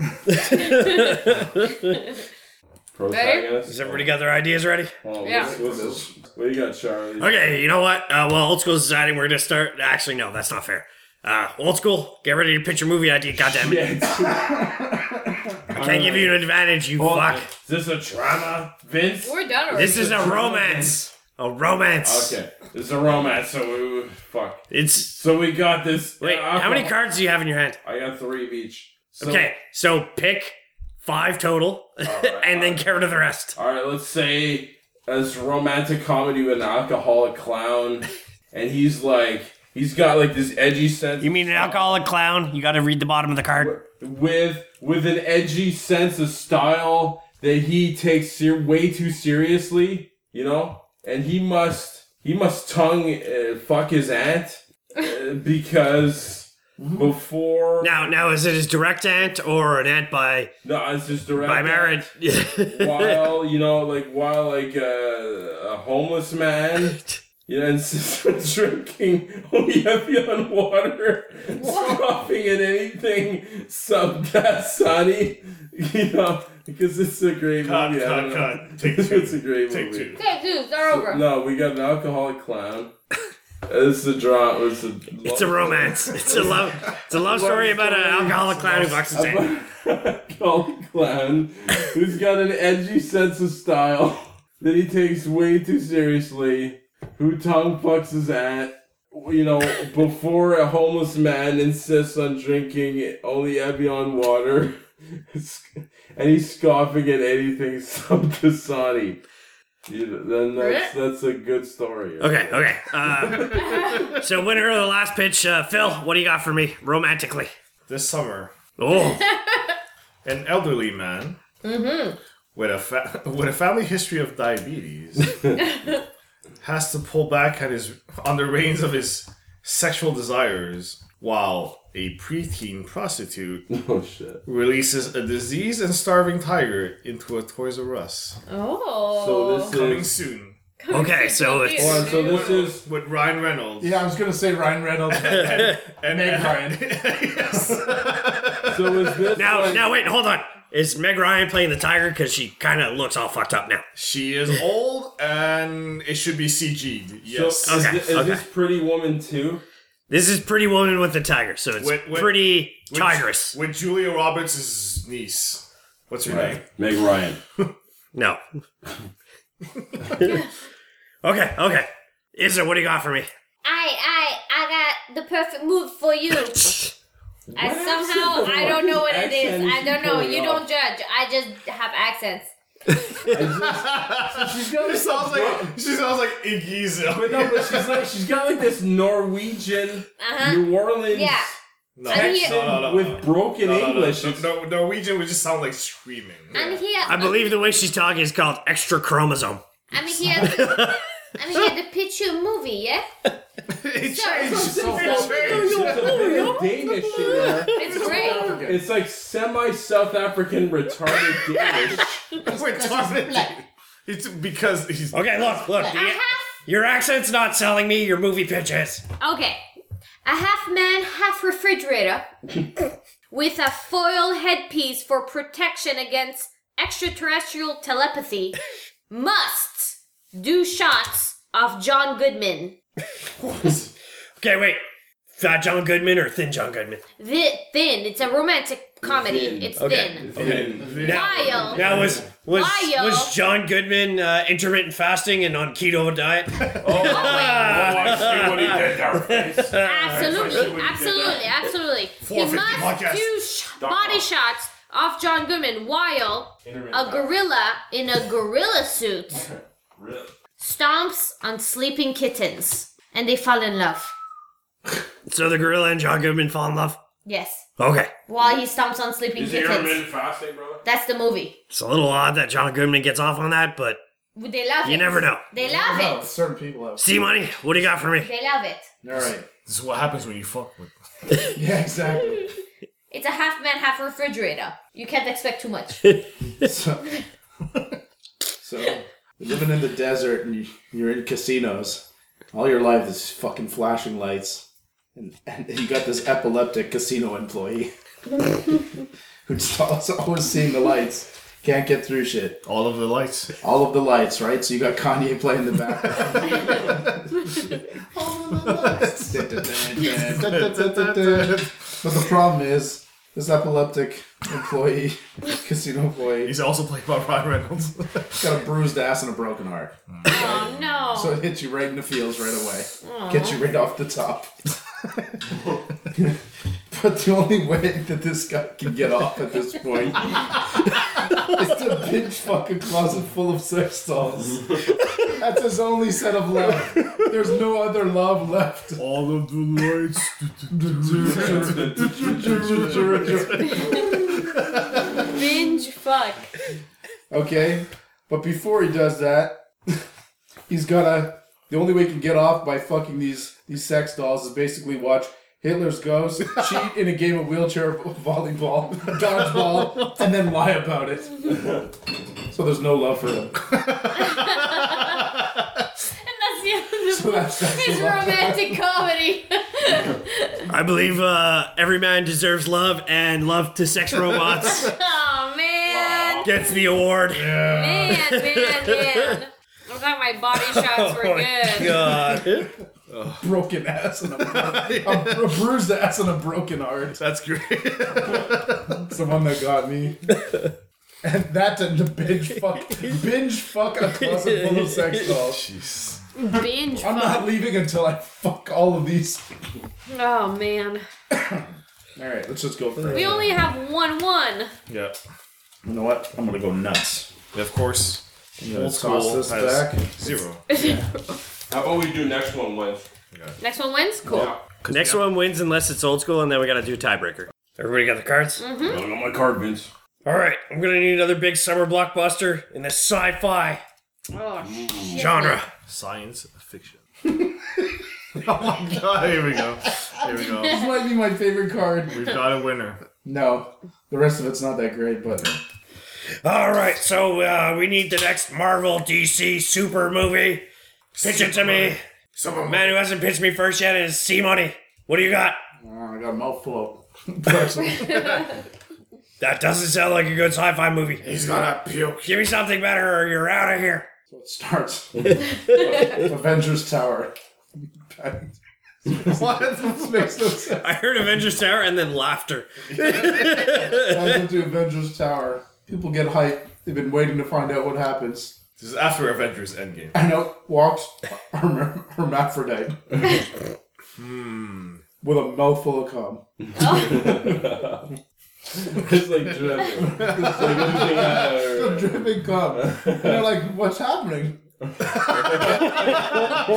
Speaker 4: Protagonist?
Speaker 3: Has everybody got their ideas ready?
Speaker 4: Oh,
Speaker 6: Yeah.
Speaker 4: what's- what's this? What do you got, Charlie?
Speaker 3: Okay, you know what? Uh, well, old school society. We're gonna start. Actually, no, that's not fair. Uh, old school, get ready to pitch your movie idea. Goddamn it! I can't give you an advantage. You fuck.
Speaker 4: Is this a drama, Vince?
Speaker 6: We're done already.
Speaker 3: This is a romance. A romance.
Speaker 4: Okay, this is a romance, so we, fuck.
Speaker 3: It's
Speaker 4: So we got this.
Speaker 3: wait.
Speaker 4: uh,
Speaker 3: How many cards do you have in your hand?
Speaker 4: I got three of each. So,
Speaker 3: Okay, so pick five total, and then care to the rest.
Speaker 4: All right, let's say as romantic comedy with an alcoholic clown, and he's like, he's got like this edgy sense.
Speaker 3: You mean an alcoholic clown? You got to read the bottom of the card.
Speaker 4: with with an edgy sense of style that he takes ser- way too seriously, you know, and he must he must tongue uh, fuck his aunt uh, because before
Speaker 3: Now, now is it his direct aunt or an aunt by
Speaker 4: no, it's just direct
Speaker 3: by marriage?
Speaker 4: While you know, like while like uh, a homeless man. You know, insists on drinking oh, only heavy on water, scoffing at anything sub gas sunny. You know, because it's a great movie. I don't know.
Speaker 8: Take
Speaker 4: it's a great movie.
Speaker 6: Okay, dude, start over.
Speaker 4: No, we got an alcoholic clown. It's a drama. It's a.
Speaker 3: It's a romance. It's a love. It's a love story about an alcoholic clown who fucks his aunt.
Speaker 4: alcoholic clown who's got an edgy sense of style that he takes way too seriously, who tongue fucks his at, you know, before a homeless man insists on drinking only Evian water, and he's scoffing at anything sub Dasani. You- Then that's that's a good story.
Speaker 3: Okay, okay. Uh, so, winner of the last pitch, uh, Phil, what do you got for me romantically?
Speaker 8: This summer,
Speaker 3: Oh,
Speaker 8: an elderly man Mm-hmm. with a fa- with a family history of diabetes has to pull back on his on the reins of his sexual desires while a preteen prostitute
Speaker 4: Oh shit.
Speaker 8: releases a diseased and starving tiger into a Toys R Us.
Speaker 6: Oh.
Speaker 4: So this
Speaker 8: Coming
Speaker 4: is.
Speaker 8: soon
Speaker 3: okay. So it's
Speaker 4: Alright, so this is.
Speaker 8: with Ryan Reynolds.
Speaker 5: Yeah, I was gonna say Ryan Reynolds.
Speaker 8: and
Speaker 5: Meg Ryan.
Speaker 8: yes.
Speaker 4: So is this
Speaker 3: now.
Speaker 4: like-
Speaker 3: Now wait, hold on. Is Meg Ryan playing the tiger? Because she kind of looks all fucked up now.
Speaker 8: She is old and it should be CG'd.
Speaker 4: So
Speaker 8: Yes.
Speaker 4: is,
Speaker 3: Okay,
Speaker 4: thi- is
Speaker 3: okay.
Speaker 4: this Pretty Woman too?
Speaker 3: This is Pretty Woman with the tiger, so it's
Speaker 8: Wait, wait.
Speaker 3: pretty
Speaker 8: With-
Speaker 3: tigress.
Speaker 8: With Julia Roberts' niece. What's her name?
Speaker 4: Meg Ryan.
Speaker 3: No. okay, okay. Is it? What do you got for me?
Speaker 6: I, I, I got the perfect move for you. I somehow, I don't know what it is.
Speaker 4: Accent
Speaker 6: I
Speaker 4: is
Speaker 6: don't know.
Speaker 4: pulling
Speaker 6: You
Speaker 4: off.
Speaker 6: don't judge. I just have accents.
Speaker 4: She's got
Speaker 8: She sounds like she sounds like Iggy
Speaker 4: But
Speaker 8: Azalea.
Speaker 4: no, but she's like she's got like this Norwegian
Speaker 6: Uh-huh.
Speaker 4: New Orleans
Speaker 6: Yeah.
Speaker 8: No,
Speaker 6: I'm
Speaker 8: no,
Speaker 6: here.
Speaker 8: no, no, no.
Speaker 4: with broken
Speaker 8: No, no, no.
Speaker 4: English.
Speaker 8: No,
Speaker 4: It's-
Speaker 8: no, Norwegian would just sound like screaming.
Speaker 6: I'm here.
Speaker 3: I believe the way she's talking is called extra chromosome.
Speaker 6: I'm here. to- I'm here to pitch you a movie, yeah?
Speaker 8: It
Speaker 6: Sorry.
Speaker 8: changed.
Speaker 4: So-
Speaker 6: "Oh,
Speaker 8: It changed.
Speaker 4: There's a bit of Danish in there.
Speaker 6: It's great.
Speaker 4: It's like semi South African retarded Danish.
Speaker 8: We're talking- It's because he's
Speaker 3: Okay, look, look.
Speaker 6: I have
Speaker 3: Your accent's not selling me. Your movie pitch is.
Speaker 6: Okay. A half man, half refrigerator with a foil headpiece for protection against extraterrestrial telepathy must do shots of John Goodman.
Speaker 3: Okay, wait. Fat John Goodman or Thin John Goodman?
Speaker 6: Thi- thin. It's a romantic comedy.
Speaker 4: Thin.
Speaker 6: It's
Speaker 3: Okay.
Speaker 6: thin.
Speaker 4: Okay.
Speaker 6: While
Speaker 3: Now was was
Speaker 6: Why, yo?
Speaker 3: was John Goodman uh, intermittent fasting and on keto diet?
Speaker 14: Oh, I see what he did there, face.
Speaker 6: absolutely, absolutely, absolutely. He
Speaker 8: 450
Speaker 6: must
Speaker 8: podcast.
Speaker 6: do sh- body shots of John Goodman while a gorilla in a gorilla suit stomps on sleeping kittens and they fall in love.
Speaker 3: so the gorilla and John Goodman fall in love.
Speaker 6: Yes,
Speaker 3: Okay,
Speaker 6: while he stomps on sleeping
Speaker 14: Is he
Speaker 6: kittens.
Speaker 14: intermittent fasting, brother?
Speaker 6: That's the movie.
Speaker 3: it's a little odd that John Goodman gets off on that, but
Speaker 6: They love it.
Speaker 3: you never know.
Speaker 6: They love
Speaker 5: No,
Speaker 6: it.
Speaker 5: certain people have.
Speaker 3: See money? What do you got for me?
Speaker 6: They love it.
Speaker 5: All right.
Speaker 8: This is what happens when you fuck with
Speaker 5: Yeah, exactly.
Speaker 6: It's a half man, half refrigerator. You can't expect too much.
Speaker 5: So, so you're living in the desert and you- you're in casinos all your life. There's fucking flashing lights, and, and you got this epileptic casino employee who just always, always seeing the lights. Can't get through shit.
Speaker 8: all of the lights.
Speaker 5: All of the lights, right? So you got Kanye playing in the background. but the problem is, this epileptic employee, casino employee,
Speaker 8: He's also played by Ryan Reynolds.
Speaker 5: got a bruised ass and a broken heart.
Speaker 6: oh no.
Speaker 5: So it hits you right in the feels right away. Gets you right off the top. but the only way that this guy can get off at this point is to pinch fucking closet full of sex dolls. That's his only set of love. There's no other love left.
Speaker 8: all of the lights.
Speaker 6: Binge fuck.
Speaker 5: Okay? But before he does that, he's gotta the only way he can get off by fucking these these sex dolls is basically watch Hitler's Ghost, cheat in a game of wheelchair vo- volleyball, dodgeball, and then lie about it. So there's no love for him.
Speaker 6: And that's the end of the
Speaker 5: So that's, that's
Speaker 6: It's
Speaker 5: the love.
Speaker 6: romantic comedy.
Speaker 3: I believe uh, every man deserves love, and love to sex robots
Speaker 6: oh man.
Speaker 3: gets the award.
Speaker 6: Man, man, man. I thought my body
Speaker 3: Oh
Speaker 6: shots were good.
Speaker 3: God.
Speaker 5: broken ass and a, bro- a, bru- bruised ass and a broken heart.
Speaker 8: That's great.
Speaker 5: It's the one that got me. And that to binge fuck, binge fuck a closet full of sex dolls.
Speaker 8: Jeez.
Speaker 6: Binge
Speaker 5: I'm not
Speaker 6: fuck.
Speaker 5: leaving until I fuck all of these.
Speaker 6: Oh man.
Speaker 5: All right, let's just go for it.
Speaker 6: We only have one one.
Speaker 8: Yeah.
Speaker 15: You know what? I'm gonna go nuts.
Speaker 8: Of course, old
Speaker 16: toss
Speaker 8: school
Speaker 16: this
Speaker 8: has
Speaker 16: back.
Speaker 8: zero.
Speaker 17: How about we do next one with?
Speaker 6: Next one wins? Cool.
Speaker 18: Next one wins unless it's old school, and then we gotta do a tiebreaker.
Speaker 3: Everybody got the cards?
Speaker 6: Mm. Hmm?
Speaker 17: I got my card, Vince.
Speaker 3: All right, I'm gonna need another big summer blockbuster in the sci-fi
Speaker 6: Oh shit.
Speaker 3: genre.
Speaker 8: Science fiction. Oh
Speaker 16: God, here we go. Here we go.
Speaker 5: This might be my favorite card.
Speaker 8: We've got a winner.
Speaker 5: No, the rest of it's not that great, but uh,
Speaker 3: All right, so uh, we need the next Marvel DC super movie. Pitch it to me. Man who hasn't pitched me first yet is C Money. What do you got?
Speaker 5: Oh, I got a mouthful of pretzel.
Speaker 3: That doesn't sound like a good sci-fi movie. He's gonna puke. Give me something better, or you're out of here.
Speaker 5: so it starts. Avengers Tower. what? This makes no sense.
Speaker 3: I heard Avengers Tower and then laughter.
Speaker 5: Welcome to Avengers Tower. People get hyped. They've been waiting to find out what happens.
Speaker 8: This is after Avengers Endgame.
Speaker 5: I know. Walks herm- hermaphrodite. With a mouthful of cum.
Speaker 17: It's like dripping. It's like everything
Speaker 5: A
Speaker 17: out of
Speaker 5: dripping cum. And they're like, what's happening? Oh, I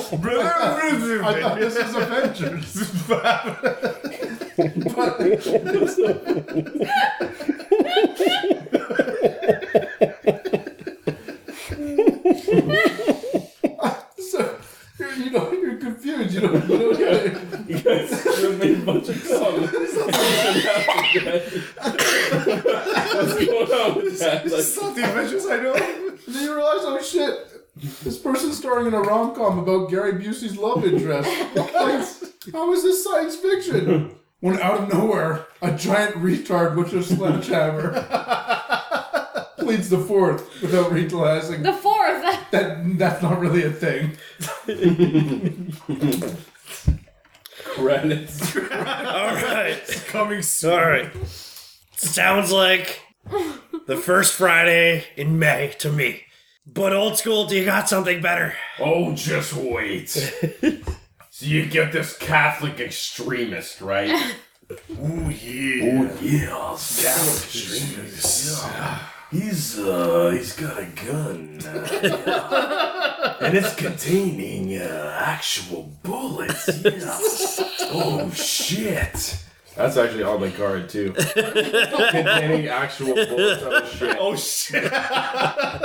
Speaker 5: thought this was Avengers. so, you're, you know, you're confused. You don't, you don't get it.
Speaker 17: You guys dripping bunch of cum. What's going on with that? Like,
Speaker 16: The Avengers I know.
Speaker 5: And then you realize, oh shit, this person's starring in a rom com about Gary Busey's love interest. Like, how is this science fiction? When out of nowhere, a giant retard with a sledgehammer pleads the fourth without realizing
Speaker 6: The fourth.
Speaker 5: that that's not really a thing.
Speaker 17: credits.
Speaker 3: All right,
Speaker 8: Coming soon.
Speaker 3: all right. Sounds like the first Friday in May to me. But old school, do you got something better?
Speaker 4: Oh, just wait. so you get this Catholic extremist, right? Ooh yeah. Ooh yeah. Catholic extremist. He's uh he's got a gun. uh, yeah. And it's containing uh, actual bullets. Yeah. oh shit.
Speaker 17: That's actually on the card too. Containing actual bullets on the shit.
Speaker 8: Oh shit!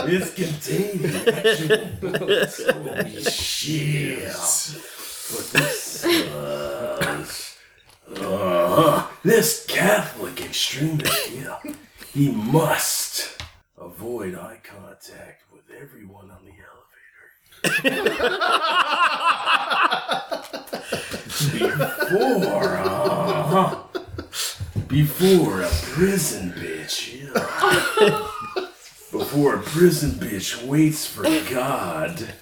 Speaker 4: It's containing actual bullets. Holy shit. Uh, this Catholic extremist, yeah, he must avoid eye contact with everyone on the elevator. before, uh, before a prison bitch, yeah. Before a prison bitch waits for God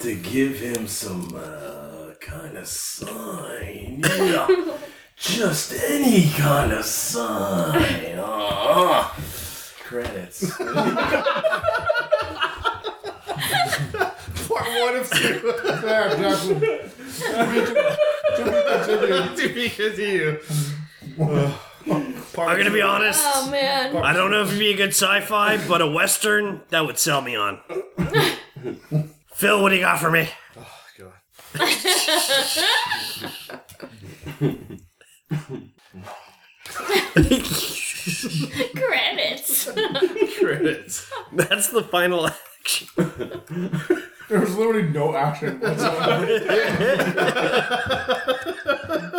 Speaker 4: to give him some uh, kind of sign, yeah. Just any kind of sign. Ah, credits.
Speaker 16: Part one of two.
Speaker 5: There, Jackson. To be continued.
Speaker 16: to be continued.
Speaker 3: I'm gonna be honest.
Speaker 6: Oh man.
Speaker 3: I don't know if it'd be a good sci-fi, but a western that would sell me on. Phil, what do you got for me?
Speaker 6: Credits.
Speaker 8: Credits.
Speaker 18: That's the final action.
Speaker 5: There was literally no action whatsoever.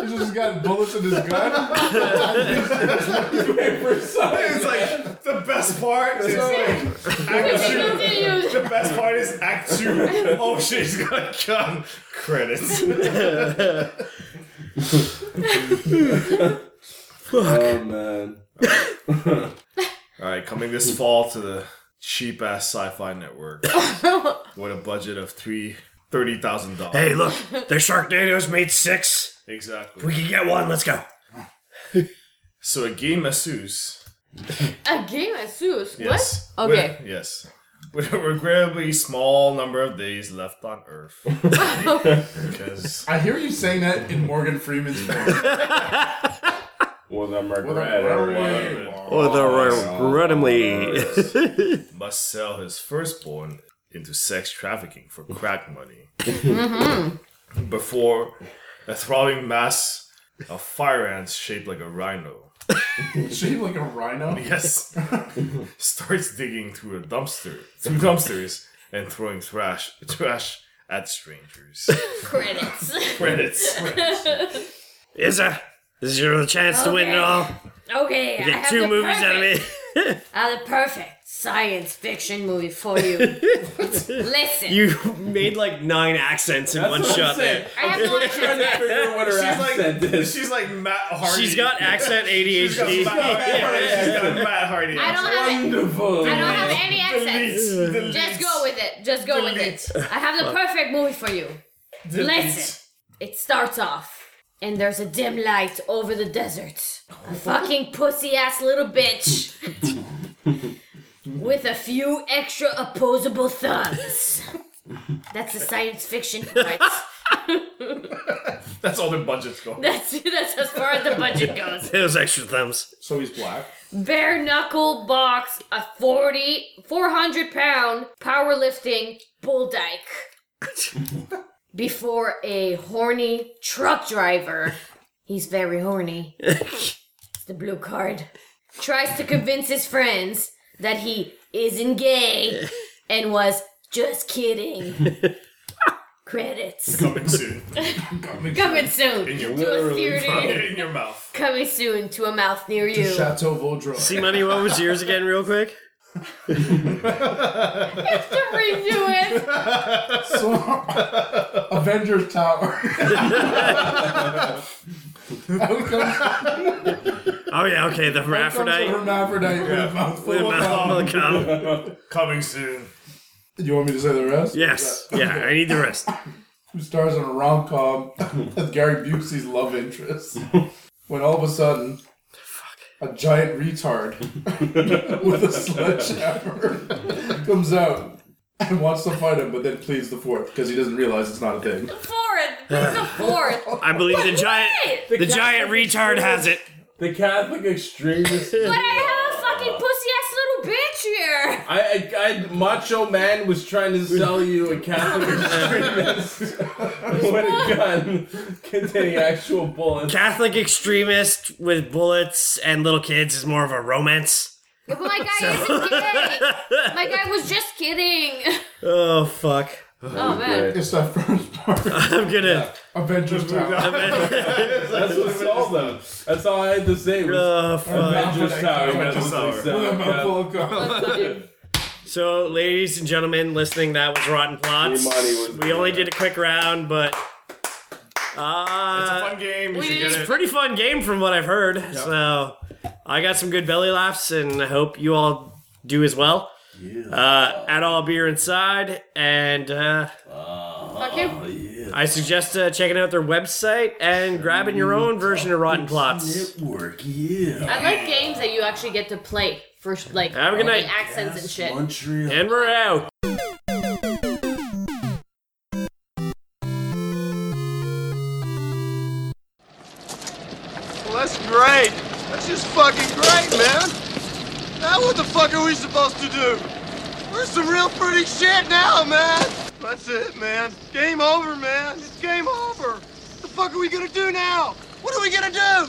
Speaker 5: He's just got bullets in his gun.
Speaker 19: Oh,
Speaker 8: It's like the best part. Is like, act two.
Speaker 6: Continued.
Speaker 8: The best part is act two. Oh shit! He's gonna come. Credits.
Speaker 17: Oh man.
Speaker 8: All right, coming this fall to the cheap ass sci-fi network. with a budget of three thirty thousand dollars.
Speaker 3: Hey, look, their Sharknado's made six. If
Speaker 8: Exactly.
Speaker 3: we can get one, let's go.
Speaker 8: So a gay masseuse.
Speaker 6: A game of Seuss.
Speaker 8: Yes.
Speaker 6: What? Okay.
Speaker 8: With- yes. with a regrettably small number of days left on Earth. because
Speaker 5: I hear you saying that in Morgan Freeman's voice.
Speaker 19: With a
Speaker 5: With a
Speaker 19: regret.
Speaker 5: runaway-
Speaker 18: Oh,
Speaker 3: Or the regrettably.
Speaker 8: must sell his firstborn into sex trafficking for crack money
Speaker 6: Mm-hmm.
Speaker 8: before a throbbing mass of fire ants shaped like a rhino.
Speaker 5: shaped like a rhino.
Speaker 8: Yes, starts digging through a dumpster, through dumpsters, and throwing trash, trash at strangers.
Speaker 6: Credits.
Speaker 8: Credits.
Speaker 3: Izza, this is your chance to win it
Speaker 6: Okay.
Speaker 3: all.
Speaker 6: okay, I
Speaker 3: Get
Speaker 6: have
Speaker 3: two
Speaker 6: the
Speaker 3: movies
Speaker 6: perfect,
Speaker 3: out of me.
Speaker 6: I have the perfect science fiction movie for you. Listen,
Speaker 3: You made like nine accents in one shot. there.
Speaker 6: I have no accent.
Speaker 19: I figure out what her accent is.
Speaker 8: She's like Matt Hardy.
Speaker 3: She's got accent ADHD.
Speaker 8: She's got Matt Hardy. She's got Matt Hardy.
Speaker 6: I don't have. it.
Speaker 19: Wonderful.
Speaker 6: I don't have any accents.
Speaker 8: Deletes,
Speaker 6: Just go with it. Just go with it. I have the perfect movie for you.
Speaker 8: deletes.
Speaker 6: Listen, it starts off, and there's a dim light over the desert. A fucking pussy ass little bitch. With a few extra opposable thumbs. That's the science fiction part.
Speaker 8: That's all their budget's going.
Speaker 6: That's, that's as far as the budget goes.
Speaker 3: Those extra thumbs.
Speaker 19: So he's black.
Speaker 6: Bare knuckle box, a 40, 400 pound powerlifting bull dyke. Before a horny truck driver. He's very horny. it's the blue card. Tries to convince his friends that he isn't gay and was just kidding. Credits.
Speaker 8: Coming soon.
Speaker 6: Coming soon
Speaker 8: In your
Speaker 6: to a theater.
Speaker 8: in your mouth.
Speaker 6: Coming soon to a mouth near you.
Speaker 5: Chateau Vaudreuil.
Speaker 3: See, money, what was yours again, real quick?
Speaker 6: to redo it.
Speaker 5: So, Avengers Tower. Out comes,
Speaker 3: Oh, yeah, okay, the
Speaker 5: out comes a
Speaker 3: hermaphrodite.
Speaker 5: hermaphrodite with a mouthful
Speaker 3: The
Speaker 5: of cum.
Speaker 3: mouth will come.
Speaker 8: Coming soon.
Speaker 5: You want me to say the rest?
Speaker 3: Yes, yeah, I need the rest.
Speaker 5: Who stars in a rom com with Gary Busey's love interest. When all of a sudden, a giant retard with a sledgehammer comes out and wants to fight him, but then pleads the fourth because he doesn't realize it's not a thing.
Speaker 6: Fourth. It's the fourth.
Speaker 3: I believe the giant,
Speaker 6: Hey,
Speaker 3: the giant retard has it.
Speaker 19: The Catholic extremist.
Speaker 6: but I have a fucking pussy ass little bitch here.
Speaker 19: I, I, I, Macho Man was trying to sell you a Catholic extremist with a gun containing actual bullets.
Speaker 3: Catholic extremist with bullets and little kids is more of a romance.
Speaker 6: Yeah, But my guy isn't gay. My guy was just kidding.
Speaker 3: Oh fuck!
Speaker 6: Oh man.
Speaker 5: It's that first part.
Speaker 3: I'm gonna.
Speaker 5: Avengers Tower.
Speaker 19: That's what sold them. That's all I had to say. Was
Speaker 3: Oh fuck!
Speaker 19: Avengers Tower.
Speaker 5: Avengers
Speaker 19: Avengers
Speaker 5: With a mouthful
Speaker 19: Tower.
Speaker 5: of cum.
Speaker 3: So, ladies and gentlemen, listening, that was Rotten Plots.
Speaker 19: Imani was-
Speaker 3: We only did a quick round, but uh,
Speaker 8: Fun game. You should
Speaker 3: it's
Speaker 8: get
Speaker 3: a
Speaker 8: it.
Speaker 3: pretty fun game from what I've heard. So, I got some good belly laughs, and I hope you all do as well. Uh, at all beer inside, and uh,
Speaker 6: Fuck you.
Speaker 3: I suggest uh, checking out their website and grabbing your own version of Rotten Plots.
Speaker 20: Network, yeah.
Speaker 6: I like games that you actually get to play for like
Speaker 3: Have a good
Speaker 6: like
Speaker 3: night.
Speaker 6: accents and shit.
Speaker 20: Montreal.
Speaker 3: And we're out.
Speaker 1: Well, that's great. That's just fucking great, man. Now what the fuck are we supposed to do? We're some real pretty shit now, man. That's it, man. Game over, man. It's game over. What the fuck are we gonna do now? What are we gonna do?